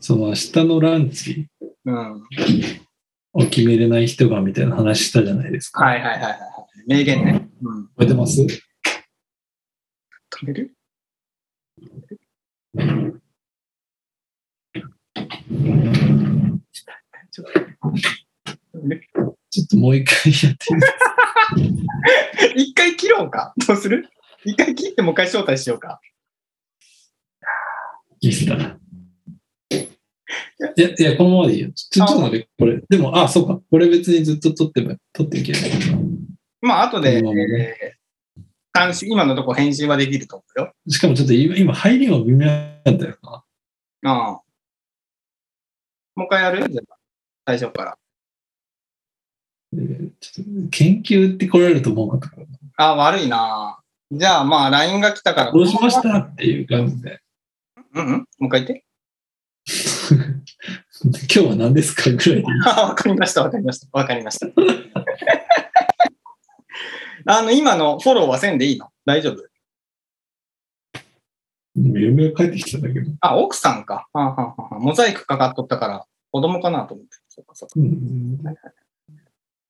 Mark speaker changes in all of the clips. Speaker 1: その明日のランチ
Speaker 2: うん。はい
Speaker 1: を決めれない人がみたいな話したじゃないですか。
Speaker 2: はいはいはい。名言ね。うん。
Speaker 1: 覚えてます
Speaker 2: 止めるちょっとね
Speaker 1: ちょっともう一回やってみて
Speaker 2: 一回切ろうか。どうする一回切ってもう一回招待しようか。
Speaker 1: いいですかいや、いや、このままでいいよ。ちょ、ちょっと待って、これ。でも、あ、そうか。これ別にずっと撮っても、撮っていける。
Speaker 2: まあ、後で、
Speaker 1: 今もね
Speaker 2: えー監視今のとこ返信はできると思うよ。
Speaker 1: しかもちょっと今、今入りも微妙だったよな。
Speaker 2: うん。もう一回やるじゃあ最初から。
Speaker 1: えーちょっと研究って来られると思うなかったから
Speaker 2: あ、悪いなじゃあ、まあ、LINE が来たから。
Speaker 1: どうしましたっていう感じで。
Speaker 2: うんうん。もう一回言って。
Speaker 1: 今日は何ですかぐらいで。
Speaker 2: あ わかりました、わかりました。わかりました。 あの、今のフォローはせんでいいの大丈夫
Speaker 1: 嫁が帰ってきたんだけど。
Speaker 2: あ、奥さんか。はあはあはあモザイクかかっとったから、子供かなと思って。そっかそっか。
Speaker 1: うん。
Speaker 2: わかった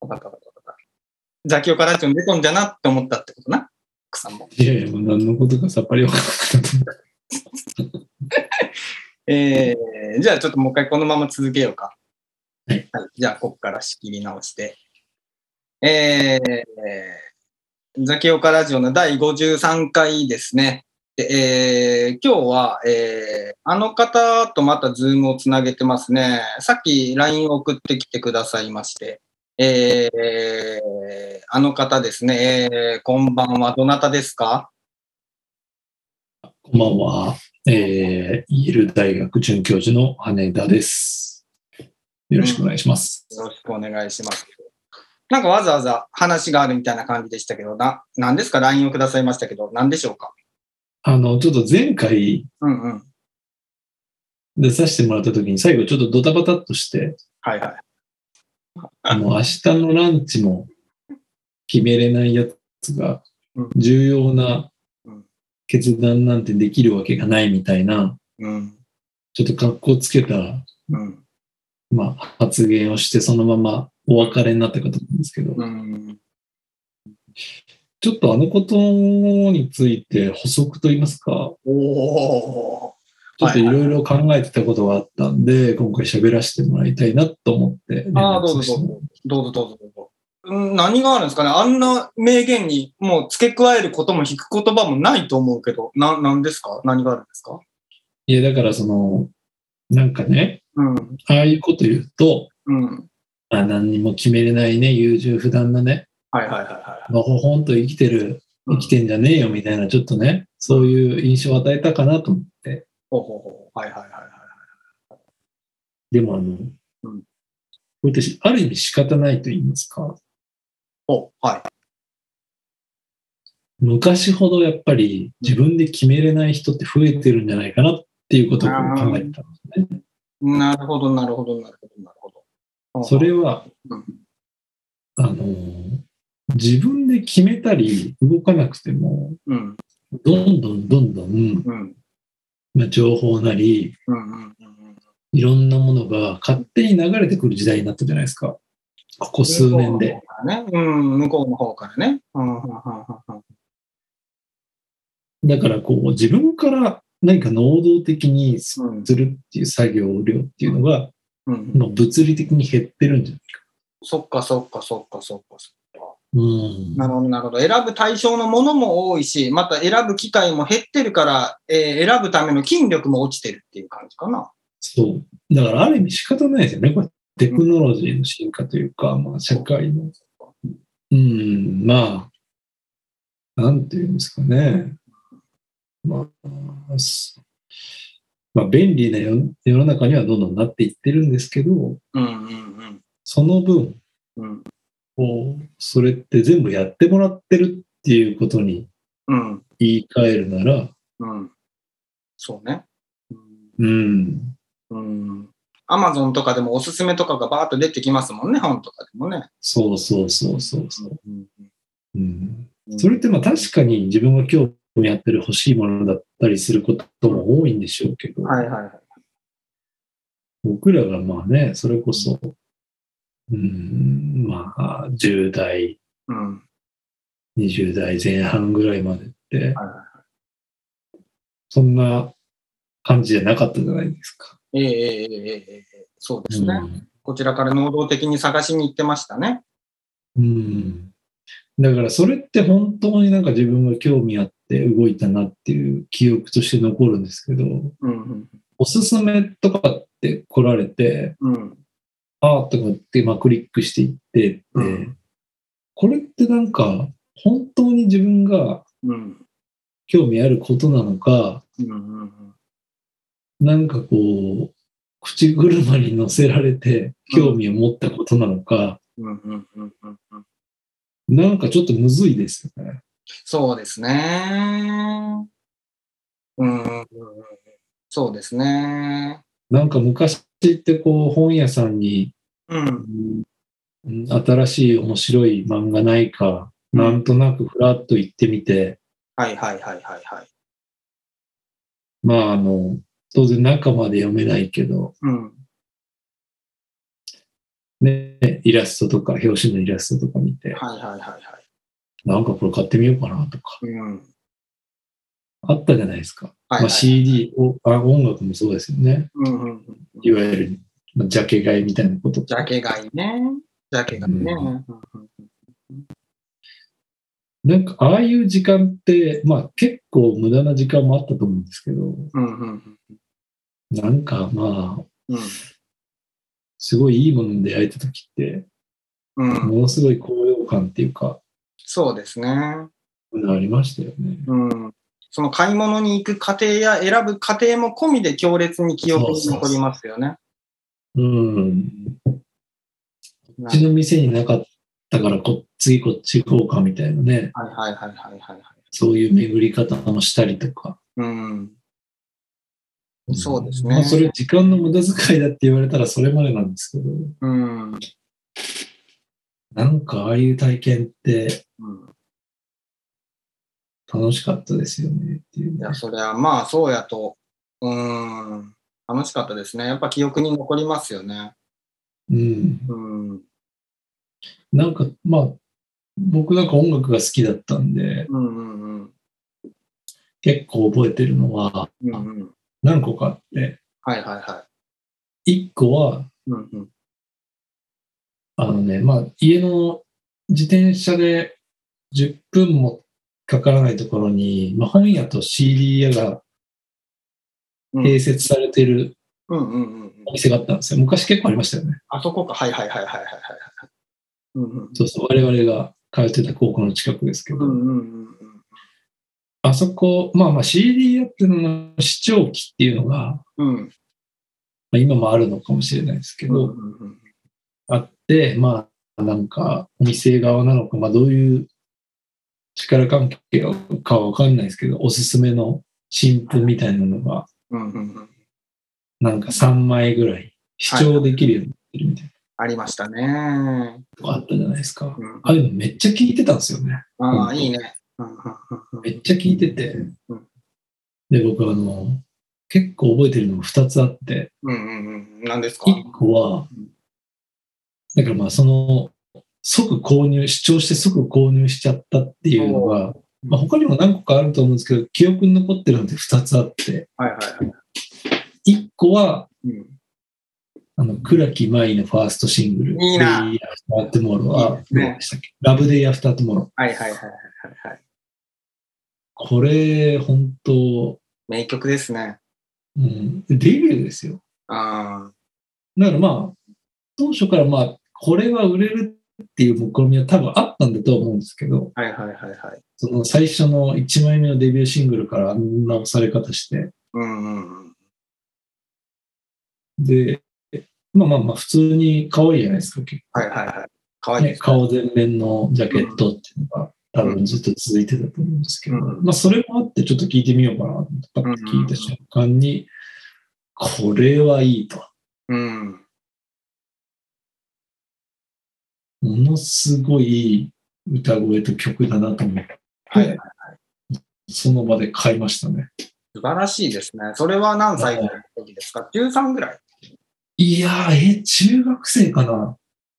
Speaker 2: わかったわかった。ザキオカラジオに出とんじゃなって思ったってことな。奥さんも。
Speaker 1: いやいや、もう何のことかさっぱりわからなかった。
Speaker 2: えー、じゃあちょっともう一回このまま続けようか。
Speaker 1: はい。
Speaker 2: じゃあ、ここから仕切り直して。えー、ザキオカラジオの第53回ですね。でえー、今日は、えー、あの方とまたズームをつなげてますね。さっき LINE を送ってきてくださいまして。えー、あの方ですね。えー、こんばんは。どなたですか
Speaker 1: こんばんは。えー、イェール大学准教授の羽田です。よろしくお願いします。
Speaker 2: よろしくお願いします。なんかわざわざ話があるみたいな感じでしたけど、な、何ですか ?LINE をくださいましたけど、何でしょうか
Speaker 1: あの、ちょっと前回
Speaker 2: うんうん。
Speaker 1: 出させてもらった時に、最後ちょっとドタバタっとして、
Speaker 2: はいはい。
Speaker 1: もう明日のランチも決めれないやつが
Speaker 2: うん
Speaker 1: 重要な
Speaker 2: うん
Speaker 1: 決断なんてできるわけがないみたいな、
Speaker 2: うん。
Speaker 1: ちょっと格好つけた、
Speaker 2: うん。
Speaker 1: まあ、発言をして、そのままお別れになったかと思うんですけど、
Speaker 2: うん。
Speaker 1: ちょっとあのことについて補足といいますか、
Speaker 2: おお。
Speaker 1: ちょっといろいろ考えてたことがあったんで、今回喋らせてもらいたいなと思って連
Speaker 2: ああ、ど
Speaker 1: 絡
Speaker 2: う
Speaker 1: させ
Speaker 2: ぞ
Speaker 1: て
Speaker 2: どう
Speaker 1: も
Speaker 2: ぞ。どうぞどうぞどうぞ。うん何があるんですかねあんな名言にもう付け加えることも引く言葉もないと思うけど、な、何ですか何があるんですか
Speaker 1: いや、だからその、なんかね、
Speaker 2: うん。
Speaker 1: ああいうこと言うと、
Speaker 2: うん。
Speaker 1: あ何にも決めれないね、優柔不断なね、
Speaker 2: はいはいはいは
Speaker 1: のほほんと生きてる、
Speaker 2: い。
Speaker 1: 生きてんじゃねえよみたいな、ちょっとね、そういう印象を与えたかなと思って。
Speaker 2: ほうほうほう。はいはいはいはい。
Speaker 1: でもあの、
Speaker 2: うん
Speaker 1: これってある意味仕方ないと言いますか、
Speaker 2: お、はい。
Speaker 1: 昔ほどやっぱり自分で決めれない人って増えてるんじゃないかなっていうことを考えてたんですね。
Speaker 2: なるほど、なるほど、なるほど、なるほど。
Speaker 1: それは、
Speaker 2: うん
Speaker 1: あの自分で決めたり動かなくても
Speaker 2: うん、
Speaker 1: どんどんどんどん、
Speaker 2: うん、
Speaker 1: まあ、情報なり
Speaker 2: うん、うん、うん。
Speaker 1: いろんなものが勝手に流れてくる時代になったじゃないですかここ数年で。
Speaker 2: 向こうの方からね。うん、向こうの方からね。
Speaker 1: だからこう自分から何か能動的にす
Speaker 2: うん、うん、
Speaker 1: るっていう作業量っていうのが、
Speaker 2: うん。うん、
Speaker 1: まあ、物理的に減ってるんじゃないか。
Speaker 2: そっか、そっか、そっか、そっか。そっか
Speaker 1: うん
Speaker 2: なるほど、なるほど。選ぶ対象のものも多いし、また選ぶ機会も減ってるから、えー選ぶための筋力も落ちてるっていう感じかな。
Speaker 1: そう。だからある意味仕方ないですよね。これテクノロジーの進化というか、まあ社会の。うん、まあ、なんていうんですかね。まあ、すまあ、便利な世世の中にはどんどんなっていってるんですけど、
Speaker 2: うん、うん、
Speaker 1: その分、
Speaker 2: うん。うん、
Speaker 1: こうそれって全部やってもらってるっていうことに
Speaker 2: うん、
Speaker 1: 言い換えるなら、
Speaker 2: うん。そうね。うん
Speaker 1: うん、
Speaker 2: うん。アマゾンとかでもおすすめとかがバーッと出てきますもんね、本とかでもね。
Speaker 1: そうそうそうそうそう。
Speaker 2: う
Speaker 1: うん
Speaker 2: ん
Speaker 1: それってまあ確かに自分が興味あったり欲しいものだったりすることも多いんでしょうけど、
Speaker 2: はいはいはい。
Speaker 1: 僕らがまあね、それこそ、うん、まあ、10代、
Speaker 2: うん。
Speaker 1: 20代前半ぐらいまでって
Speaker 2: はいは、
Speaker 1: そんな感じじゃなかったじゃないですか。
Speaker 2: ええええええええそうですね。
Speaker 1: うん
Speaker 2: こちらから能動的に探しに行ってましたね。
Speaker 1: うん。だからそれって本当になんか自分が興味あって動いたなっていう記憶として残るんですけど、
Speaker 2: うん。
Speaker 1: おすすめとかって来られて、
Speaker 2: うん。うん
Speaker 1: あーとかってまあクリックしていってって、
Speaker 2: うん
Speaker 1: これってなんか本当に自分が
Speaker 2: うん。
Speaker 1: 興味あることなのか、
Speaker 2: うんうん。
Speaker 1: なんかこう、口車に乗せられて興味を持ったことなのか、
Speaker 2: うん。うん。うん。うん。うん。
Speaker 1: なんかちょっとむずいですよね。
Speaker 2: そうですね。うん。そうですね。
Speaker 1: なんか昔ってこう本屋さんに
Speaker 2: うん。
Speaker 1: うん新しい面白い漫画ないか、
Speaker 2: うん
Speaker 1: なんとなくふらっと行ってみて、
Speaker 2: はいはいはいはいはい。
Speaker 1: まああの、当然中まで読めないけど、
Speaker 2: うん。
Speaker 1: ね、イラストとか、表紙のイラストとか見て、
Speaker 2: はいはいはいはい。
Speaker 1: なんかこれ買ってみようかなとか、
Speaker 2: うん。はい
Speaker 1: あったじゃないですか。
Speaker 2: はい、
Speaker 1: まあ、CD をあ、音楽もそうですよね。
Speaker 2: うんうんうん。
Speaker 1: いわゆる、まあジャケ買いみたいなこと。
Speaker 2: ジャケ買いね。ジャケ買いね。
Speaker 1: う
Speaker 2: うん
Speaker 1: なんか、ああいう時間って、まあ結構無駄な時間もあったと思うんですけど、
Speaker 2: うんうん
Speaker 1: なんかまあ、
Speaker 2: うん。
Speaker 1: すごいいいものに出会えた時って、
Speaker 2: うん。うん。
Speaker 1: ものすごい高揚感っていうか、
Speaker 2: そうですね。
Speaker 1: ありましたよね。
Speaker 2: うん。その買い物に行く過程や選ぶ過程も込みで強烈に記憶に残りますよね。
Speaker 1: うん。
Speaker 2: な
Speaker 1: うちの店になかったからこ、次こっち行こうかみたいなね、
Speaker 2: はいはいはいはいはいはい。
Speaker 1: そういう巡り方もしたりとか。
Speaker 2: うん。そうですね
Speaker 1: まあそれ時間の無駄遣いだって言われたらそれまでなんですけど、
Speaker 2: うん。うん
Speaker 1: なんかああいう体験って楽しかったですよねっていう
Speaker 2: い
Speaker 1: ね。
Speaker 2: や、そりゃ、まあ、そうやと、うん、楽しかったですね。やっぱ記憶に残りますよね。
Speaker 1: うん。
Speaker 2: うん、うん、
Speaker 1: なんか、まあ、僕なんか音楽が好きだったんで、
Speaker 2: うん、うん、
Speaker 1: 結構覚えてるのは
Speaker 2: うん、うん。
Speaker 1: 何個かあって、
Speaker 2: はいはいは
Speaker 1: 1個は、
Speaker 2: い。うん、うん、
Speaker 1: あのね、まあ、家の自転車で10分もかからないところに、まあ、本屋と CD 屋が
Speaker 2: うん、
Speaker 1: 併設されている
Speaker 2: うん、うん、うん。
Speaker 1: お店があったんですよ。昔結構ありましたよね。
Speaker 2: あそこか、はいはいはいはいはいはい。うん、うん、
Speaker 1: そうそう、我々が通ってた高校の近くですけ
Speaker 2: う
Speaker 1: ど、
Speaker 2: ん、うん、
Speaker 1: あそこ、まあまあ CD 屋っていうのの視聴器っていうのが、
Speaker 2: う
Speaker 1: ま
Speaker 2: ん、うん、
Speaker 1: あ、今もあるのかもしれないですけど、
Speaker 2: うん、
Speaker 1: あって、まあなんかお店側なのか、まあどういう力関係かわかんないですけど、おすすめの新譜みたいなのが
Speaker 2: うん、うん。
Speaker 1: なんか3枚ぐらい視聴できるようになってるみたいな
Speaker 2: ありましたね。
Speaker 1: とこあったじゃないですか。
Speaker 2: うん、
Speaker 1: ああいうのめっちゃ聞いてたんですよね。
Speaker 2: ああ、いいね。うん、
Speaker 1: めっちゃ聞いてて
Speaker 2: うん。
Speaker 1: で、僕あの、結構覚えてるのが2つあって、
Speaker 2: うん、うん。何ですか
Speaker 1: 1個は
Speaker 2: うん、
Speaker 1: だからまあその、即購入、視聴して即購入しちゃったっていうのが、まあ、他にも何個かあると思うんですけど、記憶に残ってるのって2つあって、
Speaker 2: はいはいはい。
Speaker 1: 1個は、
Speaker 2: うん、
Speaker 1: あの、倉木舞のファーストシングル、
Speaker 2: いいな
Speaker 1: Day After Tomorrow あ
Speaker 2: いいね
Speaker 1: どうでしたっけラブデイアフタートモロー。
Speaker 2: はいはいはいはいはい。
Speaker 1: これ、本当、
Speaker 2: 名曲ですね。
Speaker 1: うん、デビューですよ。
Speaker 2: あ
Speaker 1: だからまあ、当初からまあ、これは売れるっていう目論みは多分あったんだと思うんですけど、
Speaker 2: あ、はいはいはいはい。
Speaker 1: その最初の1枚目のデビューシングルからあんな押され方して、
Speaker 2: うんうんうん。
Speaker 1: で、まあまあまあ、普通に可愛いじゃないですか、結
Speaker 2: はいはいはい。かわいい
Speaker 1: 構
Speaker 2: です
Speaker 1: ね。
Speaker 2: ね。
Speaker 1: 顔全面のジャケットっていうのが多分ずっと続いてたと思うんですけど、
Speaker 2: うん
Speaker 1: まあそれもあってちょっと聞いてみようかなとかって聞いた瞬間に、これはいいと。
Speaker 2: うん。
Speaker 1: ものすごい歌声と曲だなと思って、
Speaker 2: はいはい。
Speaker 1: その場で買いましたね。
Speaker 2: 素晴らしいですね。それは何歳の時ですか ?13 ぐらい。
Speaker 1: いやー、え、中学生かな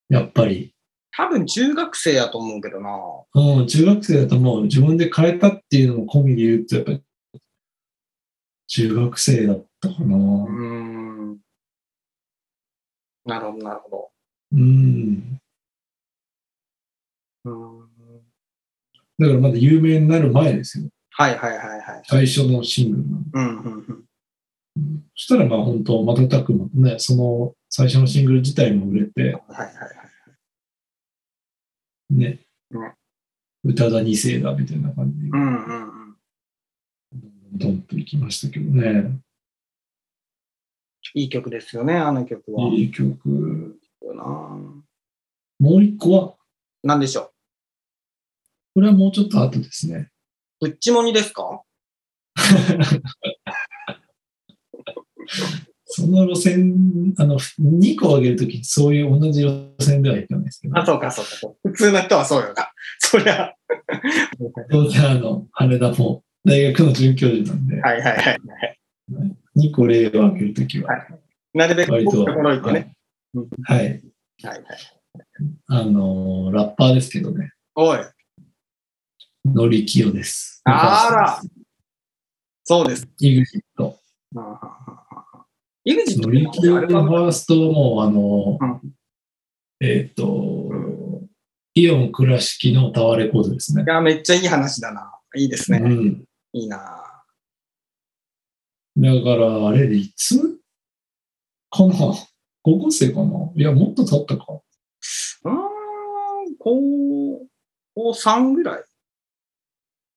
Speaker 1: やっぱり。
Speaker 2: 多分中学生やと思うけどな。
Speaker 1: うん、中学生だともう自分で変えたっていうのも込みで言うと、やっぱり、中学生だったかな。
Speaker 2: うーん。なるほど、なるほ
Speaker 1: うん。
Speaker 2: ど。うーん。
Speaker 1: だからまだ有名になる前ですよ。
Speaker 2: はいはいはいはい。
Speaker 1: 最初のシングルの。
Speaker 2: うんうんうん。
Speaker 1: そしたらまあ本当、瞬くもね、その最初のシングル自体も売れて、
Speaker 2: はいはいはい。
Speaker 1: ね
Speaker 2: ね。
Speaker 1: 宇多田2世だみたいな感じで
Speaker 2: う、んうんうん。
Speaker 1: ドンと行きましたけどね。
Speaker 2: いい曲ですよね、あの曲は。
Speaker 1: いい曲。
Speaker 2: な
Speaker 1: もう一個は、
Speaker 2: なんでしょ
Speaker 1: これはもうちょっと後ですね。
Speaker 2: う。うっちもにですか
Speaker 1: その路線、あの、2個上げるときにそういう同じ路線ではいかないですけど、
Speaker 2: あ、そうかそうかそう。普通の人はそうよな。 そりゃ。
Speaker 1: 当然あの、羽田も大学の准教授なんで、
Speaker 2: はいはいはい。
Speaker 1: 2個例を上げるときは、
Speaker 2: なるべく
Speaker 1: 割と、
Speaker 2: ところ行ってね。
Speaker 1: はい、はい
Speaker 2: はいはい。
Speaker 1: あの、ラッパーですけどね、
Speaker 2: おい、
Speaker 1: ノリキヨです。
Speaker 2: あらそうです。
Speaker 1: イグジット。
Speaker 2: イグジット
Speaker 1: ノリキヨ
Speaker 2: あれは
Speaker 1: のファーストはもう、あの、えっ、と、イオン倉敷のタワーレコードですね
Speaker 2: い。や、めっちゃいい話だな。いいです
Speaker 1: う
Speaker 2: ね。
Speaker 1: ん。
Speaker 2: いいな。
Speaker 1: だから、あれでいつかな高校生かないや、もっと経ったか。
Speaker 2: うーん、高高3ぐらい。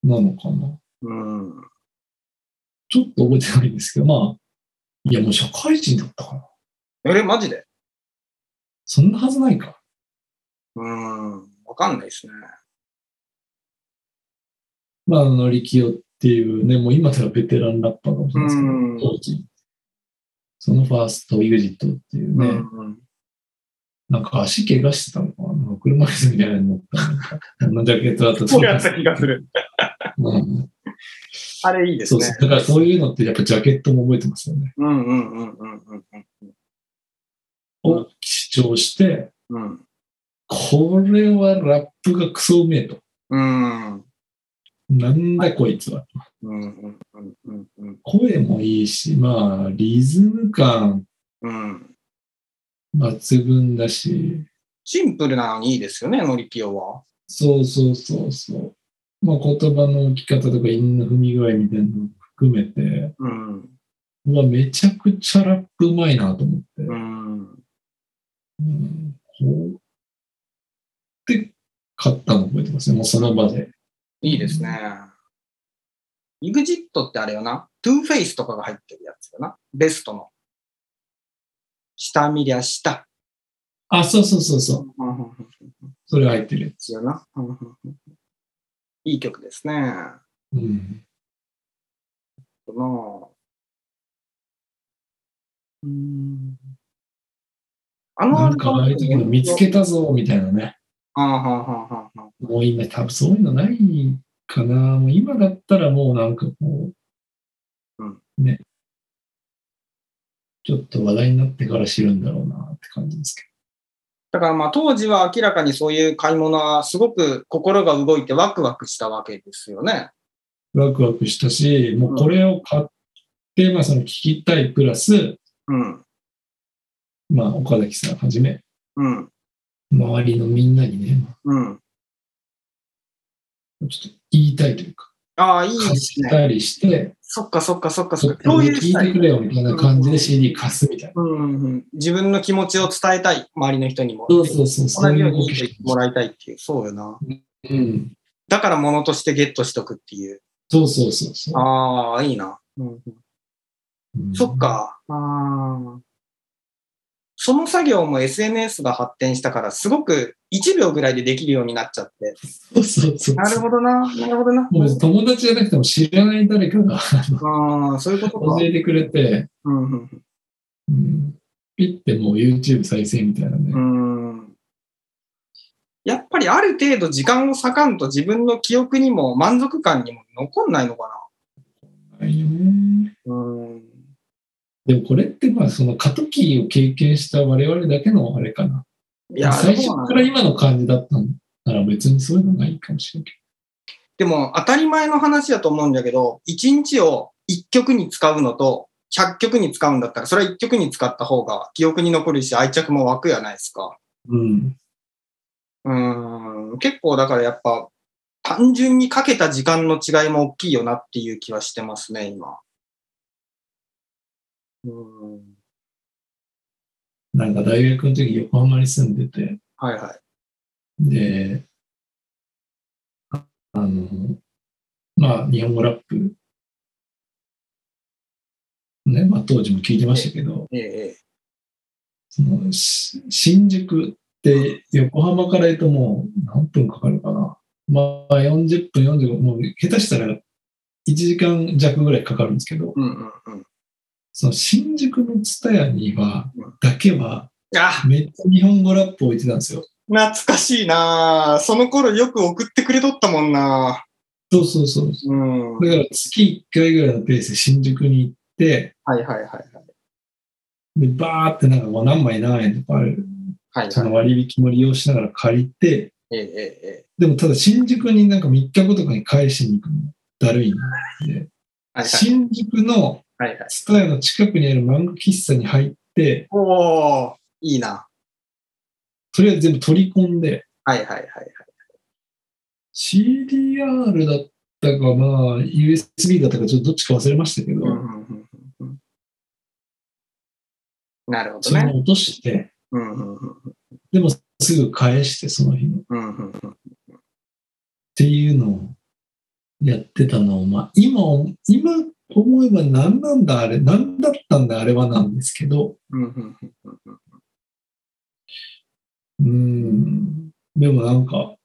Speaker 1: なのかな
Speaker 2: うん。
Speaker 1: ちょっと覚えてないんですけど、まあ、いや、もう社会人だったかな
Speaker 2: え、マジで
Speaker 1: そんなはずないか。
Speaker 2: うーん、わかんないですね。
Speaker 1: まあ、あの、力よっていうね、もう今ではベテランラッパーかもしれないですけ
Speaker 2: うん
Speaker 1: ど、当時、そのファースト、EXIT っていうね、
Speaker 2: うん
Speaker 1: なんか足怪我してたのかななんか車椅子みたいなのに乗ったのかなあのジャケットだった
Speaker 2: そうやった気がする。
Speaker 1: うん
Speaker 2: あれいいです
Speaker 1: そう
Speaker 2: ね
Speaker 1: そう。。だからそういうのってやっぱジャケットも覚えてますよね。
Speaker 2: うんうんうんうんうん
Speaker 1: を主張して、
Speaker 2: うん。
Speaker 1: これはラップがクソうめえと。
Speaker 2: うん。うん
Speaker 1: なんだこいつは。
Speaker 2: うんうんうんうんうん
Speaker 1: 声もいいし、まあ、リズム感
Speaker 2: うん。
Speaker 1: 抜群だし、
Speaker 2: シンプルなのにいいですよね、ノリピオは。
Speaker 1: そうそうそうそう。まあ、言葉の置き方とか韻の踏み具合みたいなのも含めて、
Speaker 2: うん。
Speaker 1: うわ、めちゃくちゃラップうまいなと思って。
Speaker 2: うん。
Speaker 1: うん、こう。で、買ったの覚えてますね。もうその場で。
Speaker 2: いいですね。EXIT ってあれよな、2face とかが入ってるやつよな、ベストの。下見りゃ下。
Speaker 1: あ、そうそうそうそう。
Speaker 2: うんうんうん
Speaker 1: それ入ってるや
Speaker 2: ですよな。うんうんうんいい曲ですね。
Speaker 1: つ。うん。
Speaker 2: このうーんあのア
Speaker 1: な
Speaker 2: ル
Speaker 1: んか、
Speaker 2: バ
Speaker 1: ああいうところ
Speaker 2: ム
Speaker 1: 見つけたぞ、みたいなね。
Speaker 2: ああはあはあはあはあ
Speaker 1: もう今、多分そういうのないかな。もう今だったらもうなんかこう、
Speaker 2: うん
Speaker 1: ね。ちょっと話題になってから知るんだろうなって感じですけ
Speaker 2: だからまあ当時は明らかにそういう買い物はすごく心が動いてワクワクしたわけですよね。
Speaker 1: ど。ワクワクしたし、もうこれを買って、まあその聞きたいプラス、
Speaker 2: うん。
Speaker 1: まあ岡崎さんはじめ、
Speaker 2: うん。
Speaker 1: 周りのみんなにね、
Speaker 2: うん。
Speaker 1: ちょっと言いたいというか、
Speaker 2: ああ、いいで
Speaker 1: 貸
Speaker 2: す
Speaker 1: し
Speaker 2: ね。
Speaker 1: たりして、
Speaker 2: そっかそっかそっか
Speaker 1: ち
Speaker 2: そ
Speaker 1: ょ
Speaker 2: っ
Speaker 1: っ
Speaker 2: か。
Speaker 1: と
Speaker 2: 共
Speaker 1: 俺
Speaker 2: 有
Speaker 1: 聞
Speaker 2: し
Speaker 1: い
Speaker 2: た
Speaker 1: て
Speaker 2: い
Speaker 1: く。れよみたいな感じで CD 貸すみたいな。
Speaker 2: うんうんうん、自分の気持ちを伝えたい。周りの人にも。
Speaker 1: そうそうそう、そ
Speaker 2: 同
Speaker 1: う
Speaker 2: じ
Speaker 1: い
Speaker 2: よう
Speaker 1: う動
Speaker 2: に
Speaker 1: き
Speaker 2: 言ってもらいたいっていう。そうよな。
Speaker 1: うん。
Speaker 2: だから物としてゲットしとくっていう。
Speaker 1: そうそうそうそう。
Speaker 2: ああ、いいな。うんうん
Speaker 1: うん
Speaker 2: そっ。か。あーその作業も SNS が発展したから、すごく1秒ぐらいでできるようになっちゃって。
Speaker 1: そうそうそう。
Speaker 2: なるほどな、なるほどな。
Speaker 1: もう友達じゃなくても知らない誰かが
Speaker 2: ああ、そういうこと
Speaker 1: 教
Speaker 2: か。
Speaker 1: えてくれて、
Speaker 2: うんうん
Speaker 1: うん、ピッてもう YouTube 再生みたいな
Speaker 2: う
Speaker 1: ね。
Speaker 2: ん、うんやっぱりある程度時間を割かんと自分の記憶にも満足感にも残んないのか
Speaker 1: ないよね
Speaker 2: な。うん。
Speaker 1: でもこれってまあその過渡期を経験した我々だけのあれかな。
Speaker 2: いや、
Speaker 1: 最初
Speaker 2: そうなん
Speaker 1: か
Speaker 2: だ
Speaker 1: ら今の感じだったんなら別にそういうのないかもしれないけ
Speaker 2: でも当たり前の話だと思うんだけど、1日を1曲に使うのと、100曲に使うんだったら、それは1曲に使った方が記憶に残るし、愛着も湧くやないですか。
Speaker 1: ど。うん。
Speaker 2: うーん、結構だからやっぱ、単純にかけた時間の違いも大きいよなっていう気はしてますね、今。うーん、
Speaker 1: なんか大学の時横浜に住んでて、
Speaker 2: はいはい。
Speaker 1: で、あの、まあ日本語ラップ、ね、まあ当時も聞いてましたけど、
Speaker 2: えええ
Speaker 1: そのし新宿って横浜から言うともう何分かかるかな。まあ40分、45分、もう下手したら1時間弱ぐらいかかるんですけど、
Speaker 2: うんうんうん。
Speaker 1: その新宿のツタヤには
Speaker 2: うん、
Speaker 1: だけは
Speaker 2: あ、
Speaker 1: めっちゃ日本語ラップ置いてたんですよ。
Speaker 2: 懐かしいなぁその頃よく送ってくれとったもんな
Speaker 1: そうそうそう。
Speaker 2: ぁうん。はい
Speaker 1: だから月1回ぐらいのペースで新宿に行って、
Speaker 2: はいはいはい。
Speaker 1: で、バーってなんかこう何枚何円とかある、
Speaker 2: はい
Speaker 1: そ
Speaker 2: は
Speaker 1: の
Speaker 2: い。
Speaker 1: 割引も利用しながら借りて、
Speaker 2: ええええええ。
Speaker 1: でもただ新宿になんか3日後とかに返しに行くのだるいんで。
Speaker 2: はいはい。
Speaker 1: 新宿の
Speaker 2: はいはい。
Speaker 1: スタヤの近くにある漫画喫茶に入って、
Speaker 2: おー、いいな。
Speaker 1: とりあえず全部取り込んで、
Speaker 2: はいはいはいはい。
Speaker 1: CDR だったか、まあ、USB だったか、ちょっとどっちか忘れましたけど、
Speaker 2: うんうんうんうんうんなるほど
Speaker 1: それ
Speaker 2: ね。
Speaker 1: を落として、
Speaker 2: うんうんうん
Speaker 1: でもすぐ返して、その日の。っ
Speaker 2: うんうんうん。
Speaker 1: ていうのをやってたのを、まあ、今、今思えば何なんだ、あれ、何だったんだ、あれはなんですけど、
Speaker 2: うんうんうんうんうん
Speaker 1: うーんでもなんか、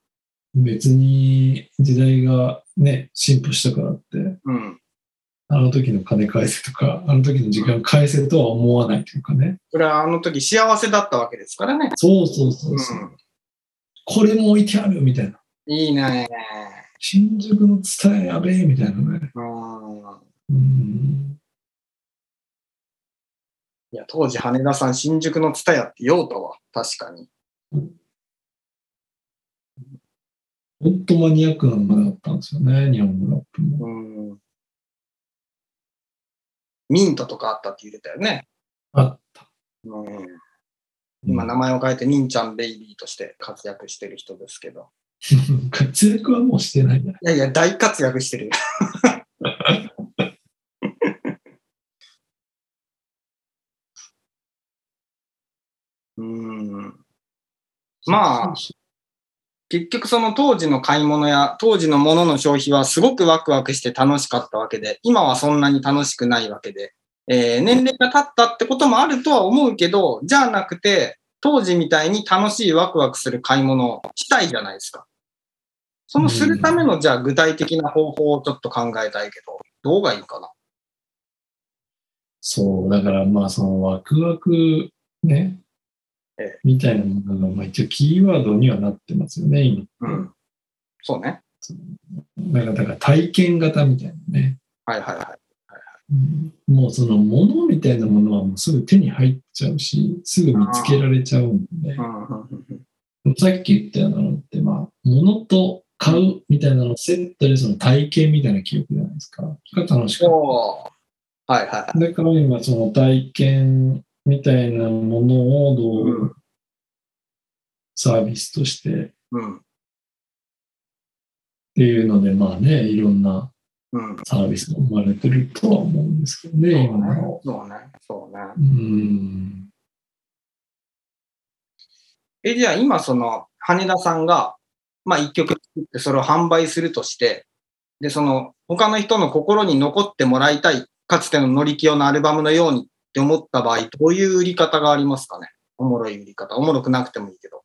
Speaker 1: 別に時代がね、進歩したからって、
Speaker 2: うん。
Speaker 1: あの時の金返せとか、あの時の時間返せとは思わないというかね。
Speaker 2: それはあの時幸せだったわけですからね。
Speaker 1: そうそうそうそう、
Speaker 2: う
Speaker 1: これも置いてあるみたいな。
Speaker 2: ん。いいね。
Speaker 1: 新宿の伝えやべえみたいなね。
Speaker 2: うん。
Speaker 1: うん。
Speaker 2: いや、当時羽田さん、新宿の蔦屋って用途は、確かに。
Speaker 1: ほんとマニアックなのがだったんですよね、日本語ラップも。
Speaker 2: うん。ミントとかあったって言ってたよね。
Speaker 1: あった。
Speaker 2: うん。今、名前を変えて、ミンちゃんベイビーとして活躍してる人ですけど。
Speaker 1: 活躍はもうしてないね。
Speaker 2: いやいや、大活躍してるよ。 うーんまあ
Speaker 1: そう
Speaker 2: 結局その当時の買い物や当時のものの消費はすごくワクワクして楽しかったわけで、今はそんなに楽しくないわけで、えー年齢が経ったってこともあるとは思うけど、じゃなくて、当時みたいに楽しいワクワクする買い物をしたいじゃないですか。そのするための、じゃあ具体的な方法をちょっと考えたいけど、どうがいいかな。
Speaker 1: そう、だからまあそのワクワクね
Speaker 2: ええ、
Speaker 1: みたいなものがまあ一応キーワードにはなってますよね、今。
Speaker 2: うん。そうね。
Speaker 1: なんかだから体験型みたいなね。
Speaker 2: はいはいはい。
Speaker 1: うんもうそのものみたいなものはもうすぐ手に入っちゃうし、すぐ見つけられちゃうんで
Speaker 2: う、んうんうんうん
Speaker 1: さっき言ったようなのって、まあ、ものと買うみたいなのをセットでその体験みたいな記憶じゃないですか。が楽しかっ
Speaker 2: おーはいはいは
Speaker 1: た。だから今その体験みたいなものを
Speaker 2: い。
Speaker 1: どう
Speaker 2: うん。
Speaker 1: サービスとしてっ
Speaker 2: うん。
Speaker 1: ていうので、まあね、いろんな
Speaker 2: うん。
Speaker 1: サービスが生まれてるとは思うんですけどね、今の。
Speaker 2: そうね。そうね。
Speaker 1: うん。
Speaker 2: え、じゃあ今その、羽田さんが、まあ一曲作ってそれを販売するとして、で、その、他の人の心に残ってもらいたい、かつての乗り気用のアルバムのようにって思った場合、どういう売り方がありますかねおもろい売り方。おもろくなくてもいいけど。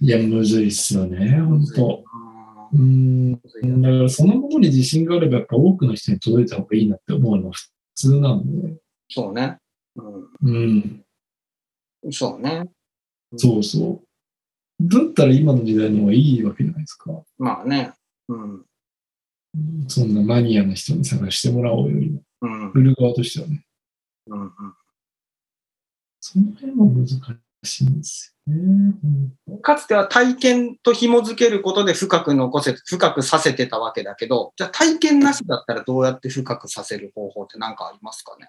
Speaker 1: いや、むずいっすよね、本当。
Speaker 2: う
Speaker 1: うん。
Speaker 2: ーん
Speaker 1: だからそのことに自信があれば、やっぱ多くの人に届いた方がいいなって思うのは普通なんで。
Speaker 2: そうね。う
Speaker 1: うん。
Speaker 2: ん。そうね。
Speaker 1: そうそう。だったら今の時代にもいいわけじゃないですか。
Speaker 2: まあね。うん。
Speaker 1: そんなマニアの人に探してもらおうよりも、
Speaker 2: うん。
Speaker 1: 売る側としてはね。
Speaker 2: うんうん
Speaker 1: その辺も難しいんですよね。うん
Speaker 2: かつては体験と紐づけることで深く残せ、深くさせてたわけだけど、じゃあ体験なしだったらどうやって深くさせる方法って何かありますかね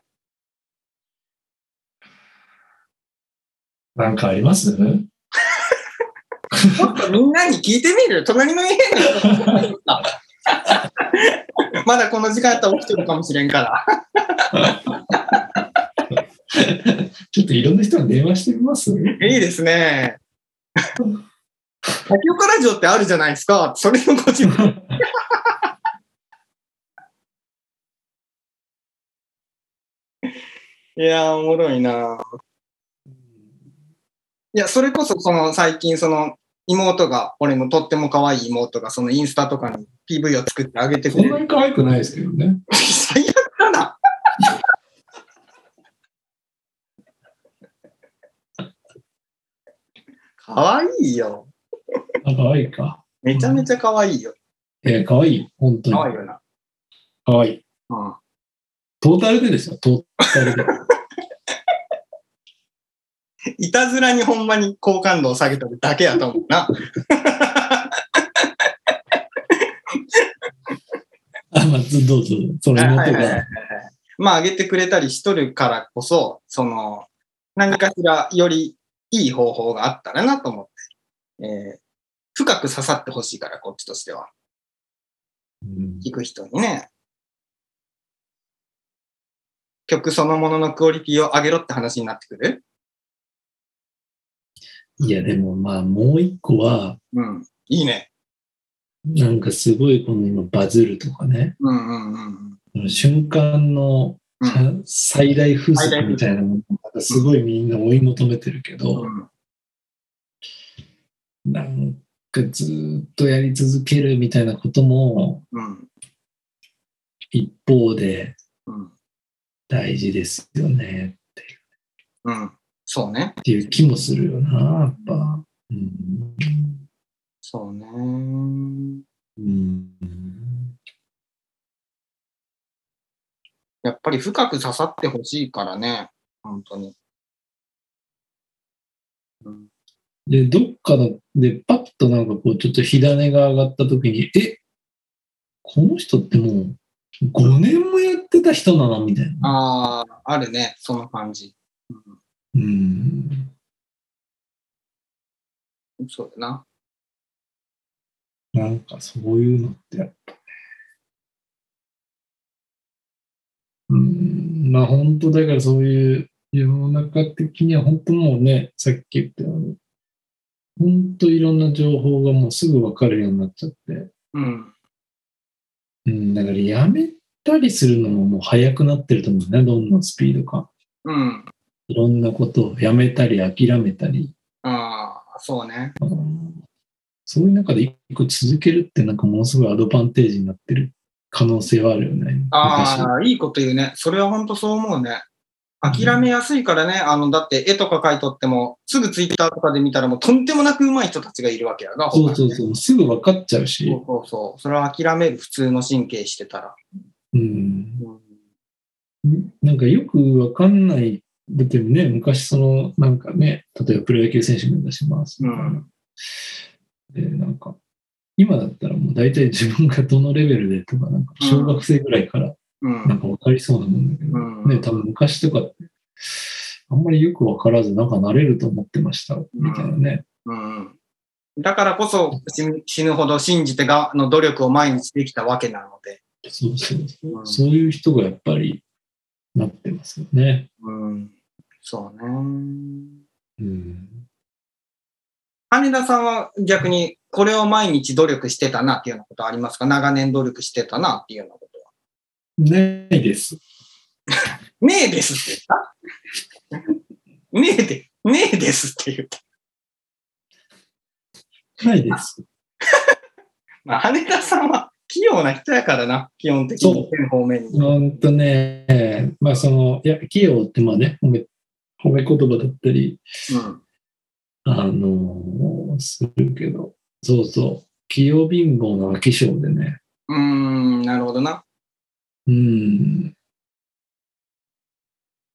Speaker 1: なんかあります
Speaker 2: もっとみんなに聞いてみる隣の家に。 まだこの時間やったら起きてるかもしれんから。
Speaker 1: ちょっといろんな人に電話してみます
Speaker 2: いいですね。先岡ラジオってあるじゃないですか。それのご自分。 いやー、おもろいなーいや、それこそ、その、最近、その、妹が、俺のとっても可愛い妹が、そのインスタとかに PV を作ってあげてく
Speaker 1: そ
Speaker 2: れ
Speaker 1: ん
Speaker 2: る
Speaker 1: な。に可愛くないですけどね。
Speaker 2: 最悪だな。かわいいよ。
Speaker 1: あ、可愛いか。
Speaker 2: めちゃめちゃかわいいよ。
Speaker 1: えー、可愛い。本当に
Speaker 2: か。わいいよな。
Speaker 1: 可愛い。
Speaker 2: うん。
Speaker 1: トータルでですよ、トータルで。
Speaker 2: いたずらにほんまに好感度を下げただけやと思うな。
Speaker 1: あ、まあ、ずどうぞ。その
Speaker 2: は
Speaker 1: 妹
Speaker 2: いはいはいは
Speaker 1: が
Speaker 2: い。まあ、上げてくれたりしとるからこそ、その、何かしらよりいい方法があったらなと思って。えー深く刺さってほしいから、こっちとしては。
Speaker 1: うん
Speaker 2: 聞く人にね、曲そのもののクオリティを上げろって話になってくる
Speaker 1: いや、でもまあ、もう一個は、
Speaker 2: うん。いいね。
Speaker 1: なんかすごいこの今バズるとかね、
Speaker 2: うんうんうん
Speaker 1: その瞬間の
Speaker 2: うん。
Speaker 1: 最大風速みたいなものなんかすごいみんな追い求めてるけ
Speaker 2: う
Speaker 1: ど、
Speaker 2: ん
Speaker 1: なんかずっとやり続けるみたいなことも
Speaker 2: うん
Speaker 1: 一方で
Speaker 2: うん
Speaker 1: 大事ですよね
Speaker 2: うん。そうね
Speaker 1: っ。ていう気もするよな、やっぱ。うん。
Speaker 2: そうね。
Speaker 1: うん。
Speaker 2: やっぱり深く刺さってほしいからね。本当に。うん
Speaker 1: で、どっかのでパッとなんかこうちょっと火種が上がった時に、えこの人ってもう5年もやってた人なのみたいな。
Speaker 2: ああ、あるね。その感じ。
Speaker 1: うん。
Speaker 2: うん、そうだな。
Speaker 1: なんかそういうのってやっぱね。うん、まあ本当だからそういう世の中的には本当もうね、さっき言ったように、本当いろんな情報がもうすぐ分かるようになっちゃって、
Speaker 2: うん。
Speaker 1: うん、だからやめたりするのももう早くなってると思うね、どんどんスピード感。
Speaker 2: うん。
Speaker 1: いろんなことをやめたり諦めたり、
Speaker 2: ああ、そうね。
Speaker 1: うんそういう中で一個続けるってなんかものすごいアドバンテージになってる可能性はあるよね。昔
Speaker 2: ああ、いいこと言うね。それは本当そう思うね。諦めやすいからね、あの、だって絵とか描いとっても、すぐツイッターとかで見たらもうとんでもなく上手い人たちがいるわけやが。
Speaker 1: そうそう
Speaker 2: う。
Speaker 1: そう、すぐ分かっちゃうし
Speaker 2: そ、うそうそう。それは諦める普通の神経してたら。
Speaker 1: うん、
Speaker 2: うん
Speaker 1: なんかよく分かんない、だってね、昔その、なんかね、例えばプロ野球選手目指します。
Speaker 2: うん
Speaker 1: で、なんか、今だったらもう大体自分がどのレベルでとか、なんか小学生ぐらいから
Speaker 2: う
Speaker 1: なん
Speaker 2: ん。
Speaker 1: か分かりそうなもんだけど、
Speaker 2: うん
Speaker 1: ね、多分昔とかって、あんまりよく分からず、なんか慣れると思ってました、みたいなね。
Speaker 2: うん。だからこそ死ぬ死ぬほど信じてがの努力を毎日できたわけなので。
Speaker 1: そうそうそうう。
Speaker 2: ん
Speaker 1: そういう人がやっぱりなってますよね。
Speaker 2: うん。そうね。
Speaker 1: うん
Speaker 2: 羽田さんは逆にこれを毎日努力してたなっていうようなことありますか長年努力してたなっていうようなことは。
Speaker 1: ないです。
Speaker 2: ねえですって言ったねえで、ねえですって言った。
Speaker 1: ないです。
Speaker 2: まあ、羽田さんは器用な人やからな、基本的
Speaker 1: そ
Speaker 2: に
Speaker 1: う
Speaker 2: 全方面に。
Speaker 1: うんとね、まあその、いや、器用ってまあね、褒め、褒め言葉だったり、
Speaker 2: うん。
Speaker 1: あのするけど、そうそう、器用貧乏の飽き性でね、
Speaker 2: うーん、なるほどな。
Speaker 1: うん。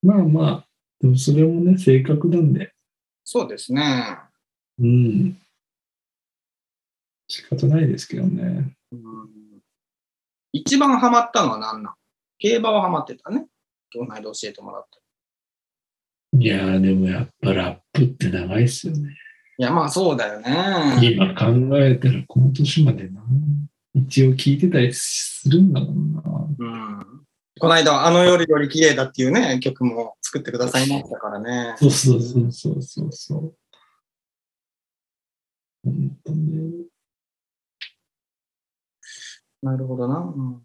Speaker 1: まあまあ、でもそれもね、性格なんで、
Speaker 2: そうですね。
Speaker 1: うん。仕方ないですけどね。
Speaker 2: うん一番ハマったのは何なん競馬はハマってたね。この間教えてもらった。
Speaker 1: いやー、でもやっぱラップって長いっすよね。
Speaker 2: いや、まあそうだよね。
Speaker 1: 今考えたら、この年までな、一応聞いてたりするんだもんな。
Speaker 2: うん。この間はあの夜より綺麗だっていうね、曲も作ってくださいましたからね。
Speaker 1: そうそうそうそうそうそう。本当ね。
Speaker 2: なるほどな。うん。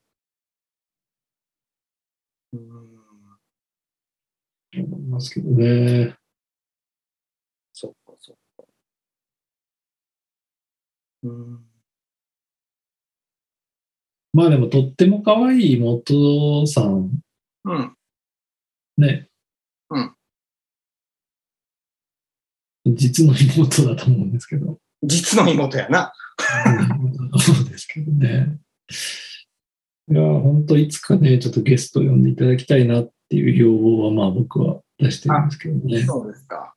Speaker 2: うん、
Speaker 1: 思いますけどね。
Speaker 2: そっかそっか。うん。
Speaker 1: まあでも、とっても可愛い妹さん
Speaker 2: うん。
Speaker 1: ね。
Speaker 2: うん。
Speaker 1: 実の妹だと思うんですけど。
Speaker 2: 実の妹やな。
Speaker 1: そうですけどね。いや、本当いつかね、ちょっとゲスト呼んでいただきたいなっていう要望は、まあ僕は出してるんですけどね。
Speaker 2: そうですか。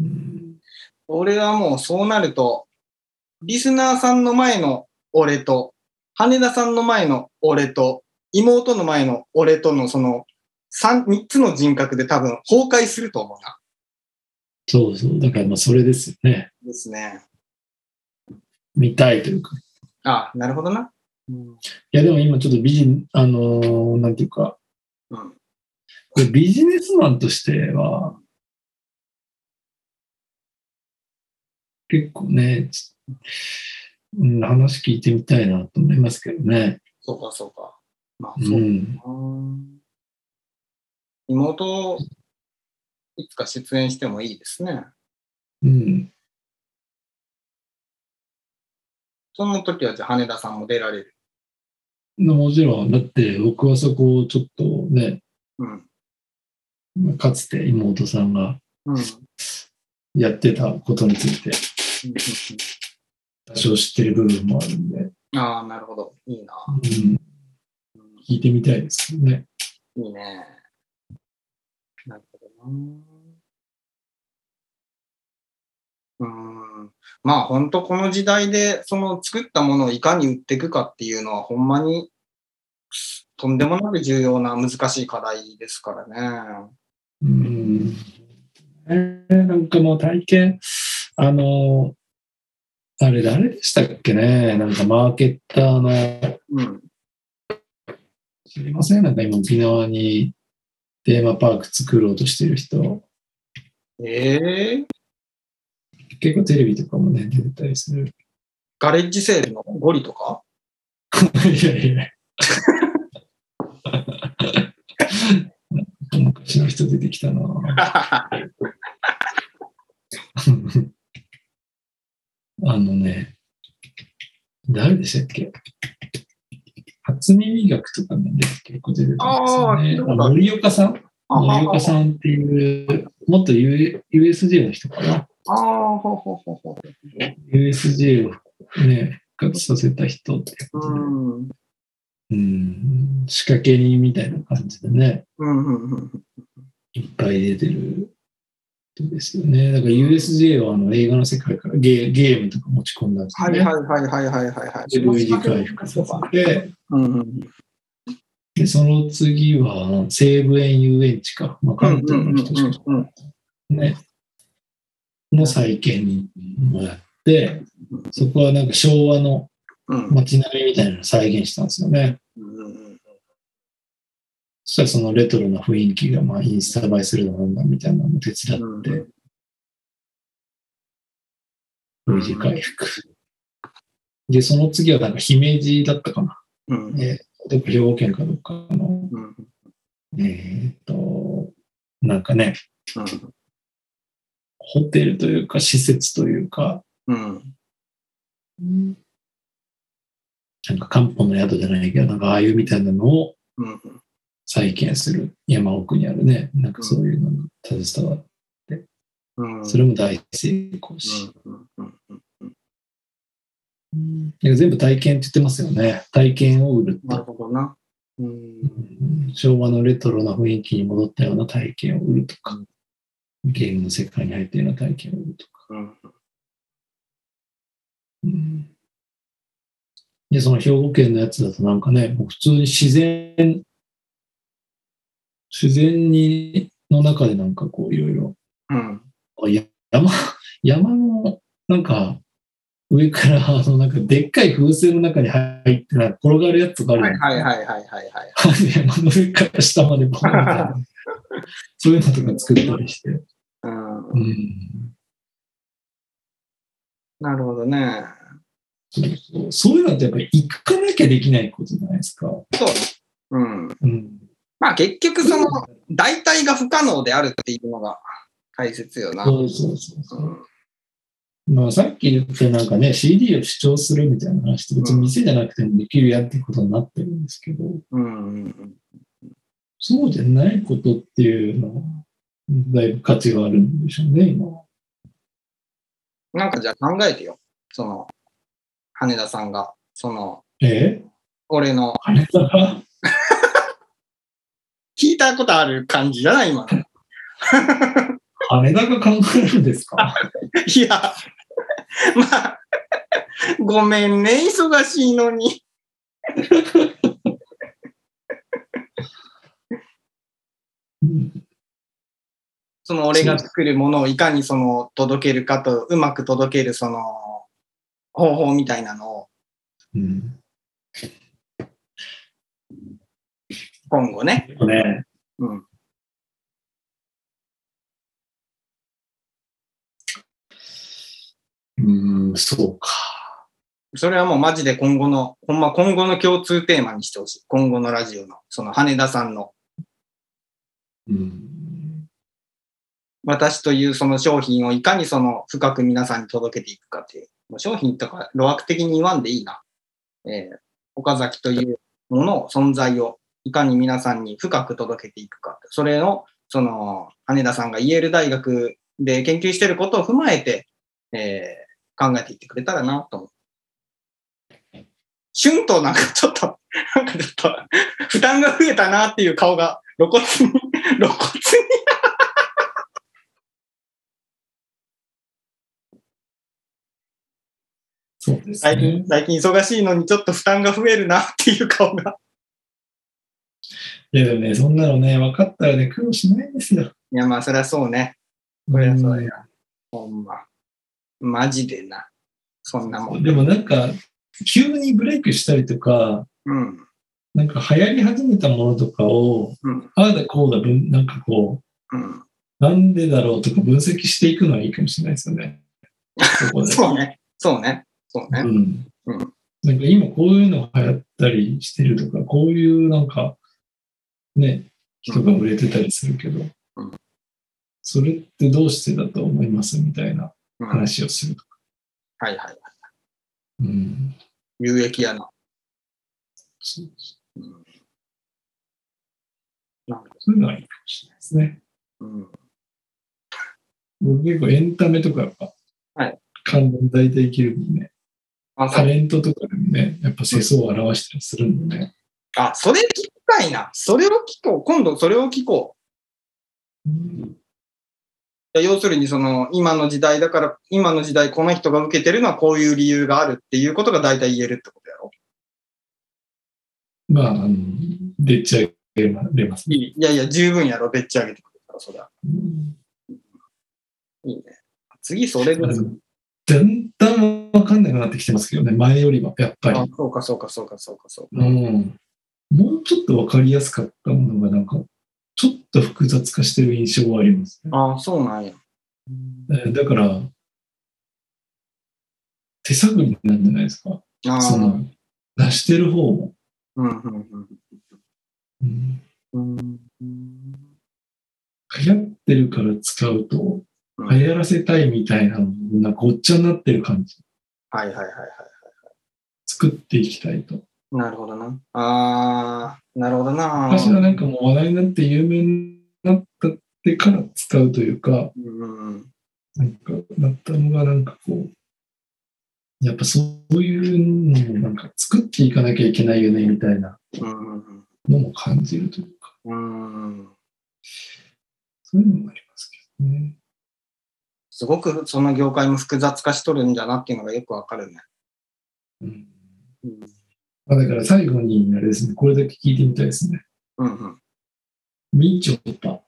Speaker 1: うん
Speaker 2: 俺はもうそうなると、リスナーさんの前の俺と、羽田さんの前の俺と、妹の前の俺とのその三三つの人格で多分崩壊すると思うな。
Speaker 1: そうそう。だからまあそれですよね。
Speaker 2: ですね。
Speaker 1: 見たいというか。
Speaker 2: あなるほどな。うん。
Speaker 1: いや、でも今ちょっと美人、あのーなんていうか、
Speaker 2: うん
Speaker 1: でビジネスマンとしては、結構ね、ちうん話聞いてみたいなと思いますけどね。
Speaker 2: そうかそうか。まあ
Speaker 1: う
Speaker 2: そうだ
Speaker 1: ん。
Speaker 2: な、妹、いつか出演してもいいですね。
Speaker 1: うん。
Speaker 2: その時はじゃあ羽田さんも出られる。
Speaker 1: もちろん、だって僕はそこをちょっとね、
Speaker 2: うん。
Speaker 1: かつて妹さんが
Speaker 2: うん。うんうん
Speaker 1: やってたことについて多少知ってる部分もあるんで、
Speaker 2: うんああ、なるほど。いいな。
Speaker 1: うん、
Speaker 2: うん
Speaker 1: 聞いてみたいですけどね。
Speaker 2: いいね。なるほどな。うーん。まあ本当この時代でその作ったものをいかに売っていくかっていうのはほんまにとんでもなく重要な難しい課題ですからね。
Speaker 1: うんねなんかもう体験、あの、あれ誰でしたっけね、なんかマーケッターの、
Speaker 2: うん。
Speaker 1: 知りません、なんか今沖縄にテーマパーク作ろうとしてる人、
Speaker 2: ええ
Speaker 1: 結構テレビとかもね、出てたりする。
Speaker 2: ガレッジセールのゴリとか
Speaker 1: いやいや。昔の人出てきたな。 あのね、誰でしたっけ初耳学とかなんで結構出てたんですよ
Speaker 2: あー聞い
Speaker 1: ね。
Speaker 2: たこ
Speaker 1: あ
Speaker 2: とある
Speaker 1: 森岡さん森岡さんっていう、元 U- USJ の人かな
Speaker 2: ああ、ほうほうほうほ
Speaker 1: ?USJ をね、復活させた人っていう
Speaker 2: う。
Speaker 1: こと
Speaker 2: う
Speaker 1: で、
Speaker 2: ん。うん
Speaker 1: うん、仕掛け人みたいな感じでね、
Speaker 2: うんうん。
Speaker 1: いっぱい出てる人ですよね。だから USJ はあの映画の世界からゲーゲームとか持ち込んだんです
Speaker 2: は
Speaker 1: よ
Speaker 2: い
Speaker 1: ね。
Speaker 2: はいはいはいはいはいはい。
Speaker 1: で V 字回復させて、
Speaker 2: うんうん
Speaker 1: で、その次は西武園遊園地か、まあ、関東の人しか
Speaker 2: うんうんうん
Speaker 1: ね、の再建にもやって、そこはなんか昭和の
Speaker 2: うん
Speaker 1: 街並みみたいなのを再現したんですよね。
Speaker 2: うん
Speaker 1: そしたらそのレトロな雰囲気がまあインスタ映えするのなんだみたいなのも手伝
Speaker 2: うん
Speaker 1: っ
Speaker 2: う
Speaker 1: て
Speaker 2: ん、うん
Speaker 1: V 字回復。で、その次はなんか姫路だったかな。
Speaker 2: うん
Speaker 1: えーどっか兵庫県かどっかの、
Speaker 2: うん
Speaker 1: えーっと、なんかね、
Speaker 2: うん
Speaker 1: ホテルというか施設というか、
Speaker 2: うん
Speaker 1: なんか漢方の宿じゃないけど、なんかああいうみたいなのを
Speaker 2: うん
Speaker 1: 再建する山奥にあるね、なんかそういうのに携わって、
Speaker 2: うん
Speaker 1: それも大成功し、
Speaker 2: うんうんうん
Speaker 1: なんか全部体験って言ってますよね。体験を売る
Speaker 2: なる
Speaker 1: って。
Speaker 2: ほどな。うん。
Speaker 1: うん昭和のレトロな雰囲気に戻ったような体験を売るとか、ゲームの世界に入ったような体験を売るとか。
Speaker 2: うん。
Speaker 1: うんで、その兵庫県のやつだとなんかね、もう普通に自然、自然に、の中でなんかこういろいろ、
Speaker 2: うん。
Speaker 1: あや山、山のなんか上から、あのなんかでっかい風船の中に入って、なんか転がるやつとかあるじ
Speaker 2: は
Speaker 1: ゃ
Speaker 2: い
Speaker 1: ん
Speaker 2: はいはいはいはい はい。
Speaker 1: 山の上から下までボーンみたいなそういうのとか作ったりして。
Speaker 2: うん。
Speaker 1: うん
Speaker 2: なるほどね。
Speaker 1: そうそうそういうのってやっぱり行かなきゃできないことじゃないですか。
Speaker 2: そうね。うん。
Speaker 1: うん、
Speaker 2: まあ結局その、代替が不可能であるっていうのが大切よな。
Speaker 1: そうそうそうそうう、
Speaker 2: ん。
Speaker 1: まあ、さっき言ったなんかね、CD を主張するみたいな話って別に店じゃなくてもできるやってことになってるんですけど、
Speaker 2: うんうん
Speaker 1: そうじゃないことっていうのは、だいぶ価値があるんでしょうね、今は。
Speaker 2: なんかじゃあ考えてよ。その、羽田さんが、その、
Speaker 1: え
Speaker 2: 俺の、
Speaker 1: あれだな
Speaker 2: 聞いたことある感じじゃない今の。
Speaker 1: 羽田が考えるんですか
Speaker 2: いや、 まあ、ごめんね、忙しいのに。
Speaker 1: うん
Speaker 2: その俺が作るものをいかにその届けるかと、うまく届けるその方法みたいなのを
Speaker 1: うん
Speaker 2: 今後ね。
Speaker 1: でもね、
Speaker 2: うん
Speaker 1: うん、そうか。
Speaker 2: それはもうマジで今後の、ほんま今後の共通テーマにしてほしい。今後のラジオの、その羽田さんの、
Speaker 1: うん、
Speaker 2: 私というその商品をいかにその深く皆さんに届けていくかっていう。もう商品とか路悪的に言わんでいいな。えー岡崎というものを、存在を、いかに皆さんに深く届けていくか。それを、その、羽田さんがイェール大学で研究してることを踏まえて、えー考えていってくれたらなと思う。春となんかちょっと、なんかちょっと、負担が増えたなっていう顔が露骨に、露骨に。
Speaker 1: そうです
Speaker 2: 最近
Speaker 1: ね、。
Speaker 2: 最近忙しいのにちょっと負担が増えるなっていう顔が。
Speaker 1: いやでもね、そんなのね、分かったらね、苦労しないんですよ。
Speaker 2: いや、まあ、そりゃそうね。そりゃそうや。ほんま。マジでな。そんなもん。
Speaker 1: でもなんか、急にブレイクしたりとか、
Speaker 2: うん。
Speaker 1: なんか流行り始めたものとかを、
Speaker 2: うん。
Speaker 1: ああだこうだ、分なんかこ
Speaker 2: うん。
Speaker 1: う、なんでだろうとか分析していくのはいいかもしれないです よね。そこで
Speaker 2: そうね。そうね。そうね。
Speaker 1: うん
Speaker 2: うん
Speaker 1: なんか今こういうの流行ったりしてるとか、こういうなんか、ね、人が売れてたりするけど、
Speaker 2: うん
Speaker 1: それってどうしてだと思いますみたいな
Speaker 2: うん、はい
Speaker 1: 話をするとか。
Speaker 2: はい。
Speaker 1: うん、
Speaker 2: 有益やな。
Speaker 1: そう
Speaker 2: うん。
Speaker 1: そういうのはいいかもしれないですね。
Speaker 2: うん。
Speaker 1: 僕結構エンタメとかやっぱ、
Speaker 2: はい
Speaker 1: 関連大体いけるんでね、
Speaker 2: あ、そ
Speaker 1: タ
Speaker 2: う
Speaker 1: レントとかでもね、やっぱ世相を表したりするんでね。
Speaker 2: あ、それ聞きたいな。それを聞こう。今度それを聞こう。
Speaker 1: うん
Speaker 2: いや要するにその今の時代だから今の時代この人が受けてるのはこういう理由があるっていうことが大体言えるってことやろ
Speaker 1: まあ、あのでっち上げまれますね。
Speaker 2: いやいや十分やろでっち上げてくれたらそりゃ
Speaker 1: うん
Speaker 2: いいね次それぐ
Speaker 1: まあ
Speaker 2: らい
Speaker 1: でもだんだんわかんなくなってきてますけどね、前よりは、やっぱり
Speaker 2: あ。そうかそうかそうかそうかそうか
Speaker 1: うん、もうちょっとわかりやすかったものが、なんか、ちょっと複雑化してる印象はありますね。
Speaker 2: あそうなんや
Speaker 1: えーだから、手探りなんじゃないですか。
Speaker 2: あ
Speaker 1: そ
Speaker 2: ー
Speaker 1: の、出してる方も。
Speaker 2: うんうん
Speaker 1: うん
Speaker 2: うんうん
Speaker 1: 流行ってるから使うと、
Speaker 2: うん
Speaker 1: 流行らせたいみたいなのがなんかごっちゃになってる感じ。
Speaker 2: はいはいはいはい
Speaker 1: 作っていきたいと。
Speaker 2: なるほどなあーなるほどな
Speaker 1: 昔はなんかもう話題になって有名になったってから使うというか、
Speaker 2: うんうんうん
Speaker 1: なんか、なったのがなんかこう、やっぱそういうのをなんか作っていかなきゃいけないよねみたいな
Speaker 2: うん
Speaker 1: のも感じるというか、
Speaker 2: うん
Speaker 1: そういうのもありますけどね。
Speaker 2: すごくその業界も複雑化しとるんだなっていうのがよくわかるね。
Speaker 1: うん
Speaker 2: うん
Speaker 1: まあ、だから最後にあれですね、これだけ聞いてみたいですね。
Speaker 2: うんうん
Speaker 1: みちょぱ、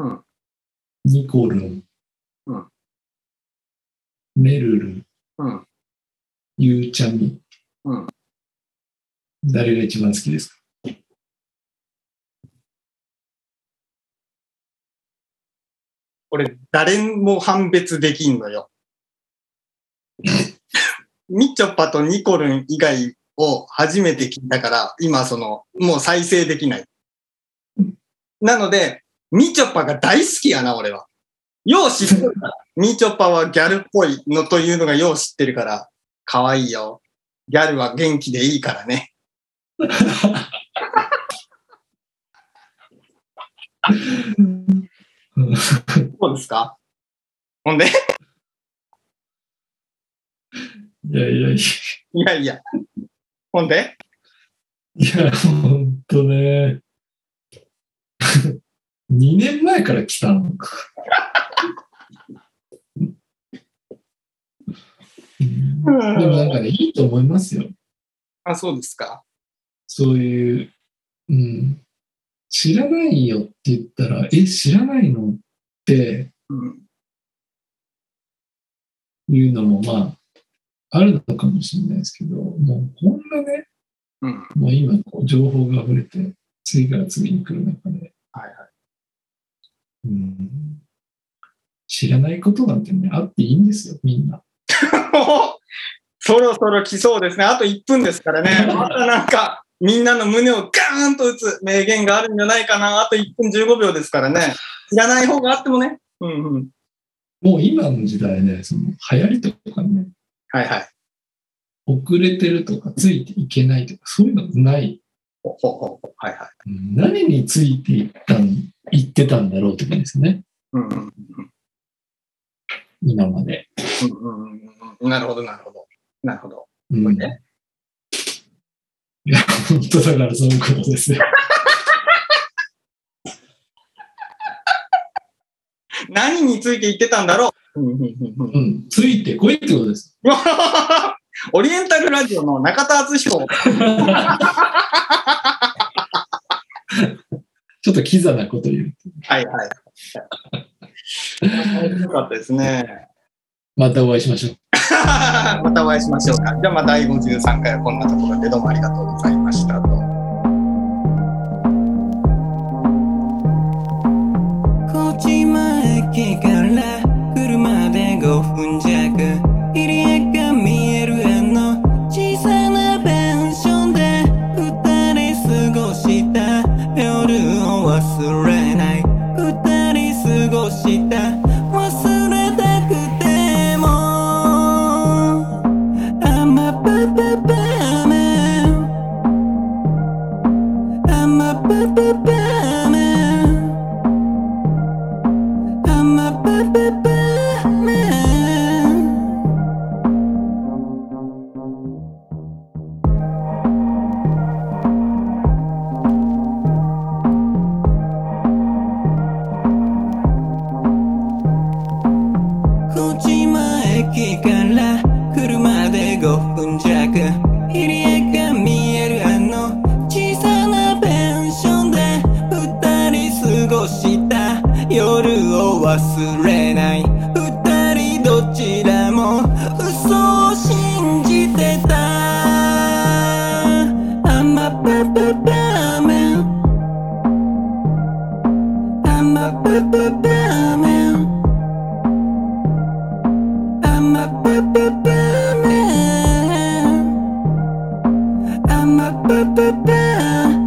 Speaker 2: うん
Speaker 1: ニコルン、
Speaker 2: うん
Speaker 1: めるるん、
Speaker 2: うん
Speaker 1: ゆうちゃみ、
Speaker 2: うん
Speaker 1: 誰が一番好きですか
Speaker 2: 俺、誰も判別できんのよ。みちょぱとニコルン以外を初めて聞いたから、今その、もう再生できない。なので、みちょぱが大好きやな、俺は。よう知ってるから。みちょぱはギャルっぽいのというのがよう知ってるから、可愛いよ。ギャルは元気でいいからね。そうですかほんで、
Speaker 1: いやいや
Speaker 2: い
Speaker 1: いや、
Speaker 2: やいや。ほんで
Speaker 1: いや、ほんとね。2年前から来たの か。うんでもなんかね、いいと思いますよ。
Speaker 2: あ、そうですか。
Speaker 1: そういう、うん、知らないよって言ったら、え、知らないのって
Speaker 2: うん。
Speaker 1: いうのも、まあ、あるのかもしれないですけど、もうこんなね、
Speaker 2: うん。
Speaker 1: もう今、こう情報が溢れて、次から次に来る中で、
Speaker 2: はいはい。
Speaker 1: うん、知らないことなんてね、あっていいんですよ、みんな。
Speaker 2: そろそろ来そうですね。あと1分ですからね。またなんか、みんなの胸をガーンと打つ名言があるんじゃないかな。あと1分15秒ですからね。知らない方があってもね。うんうん。
Speaker 1: もう今の時代ね、その流行りとかね、
Speaker 2: はいはい。
Speaker 1: 遅れてるとか、ついていけないとか、そういうのない。
Speaker 2: ほうほうほう。はいはい。
Speaker 1: うん何についていったん、言ってたんだろうってことですね、
Speaker 2: うんうんうん
Speaker 1: 今まで。
Speaker 2: うんうんうん。なるほどなるほど。なるほど。
Speaker 1: うん、い
Speaker 2: ね
Speaker 1: や、本当だからそういうことですよ。
Speaker 2: 何について言ってたんだろう。うんうんうんうん
Speaker 1: うん、ついてこいってことです。
Speaker 2: オリエンタルラジオの中田敦彦。
Speaker 1: ちょっとキザなこと言う。
Speaker 2: はいはい。面白かったですね。
Speaker 1: またお会いしましょう。
Speaker 2: またお会いしましょうか。じゃあまあ第53回はこんなところでどうもありがとうございましたと。
Speaker 3: 高知前駅から車で5分弱入り江が見えるあの小さなペンションで二人過ごした夜を忘れない二人過ごした忘れたくても I'm a b b b man I'm a b b b man I'm a bad, bad, bad man.「小島駅から車で5分弱」「入り江が見えるあの小さなペンションで二人過ごした夜を忘れない」「二人どちらも嘘を信じてた」「I'm a bad, bad, bad man I'm a bad, bad, bad man I'm a ba-ba-ba man. I'm a ba-ba-ba.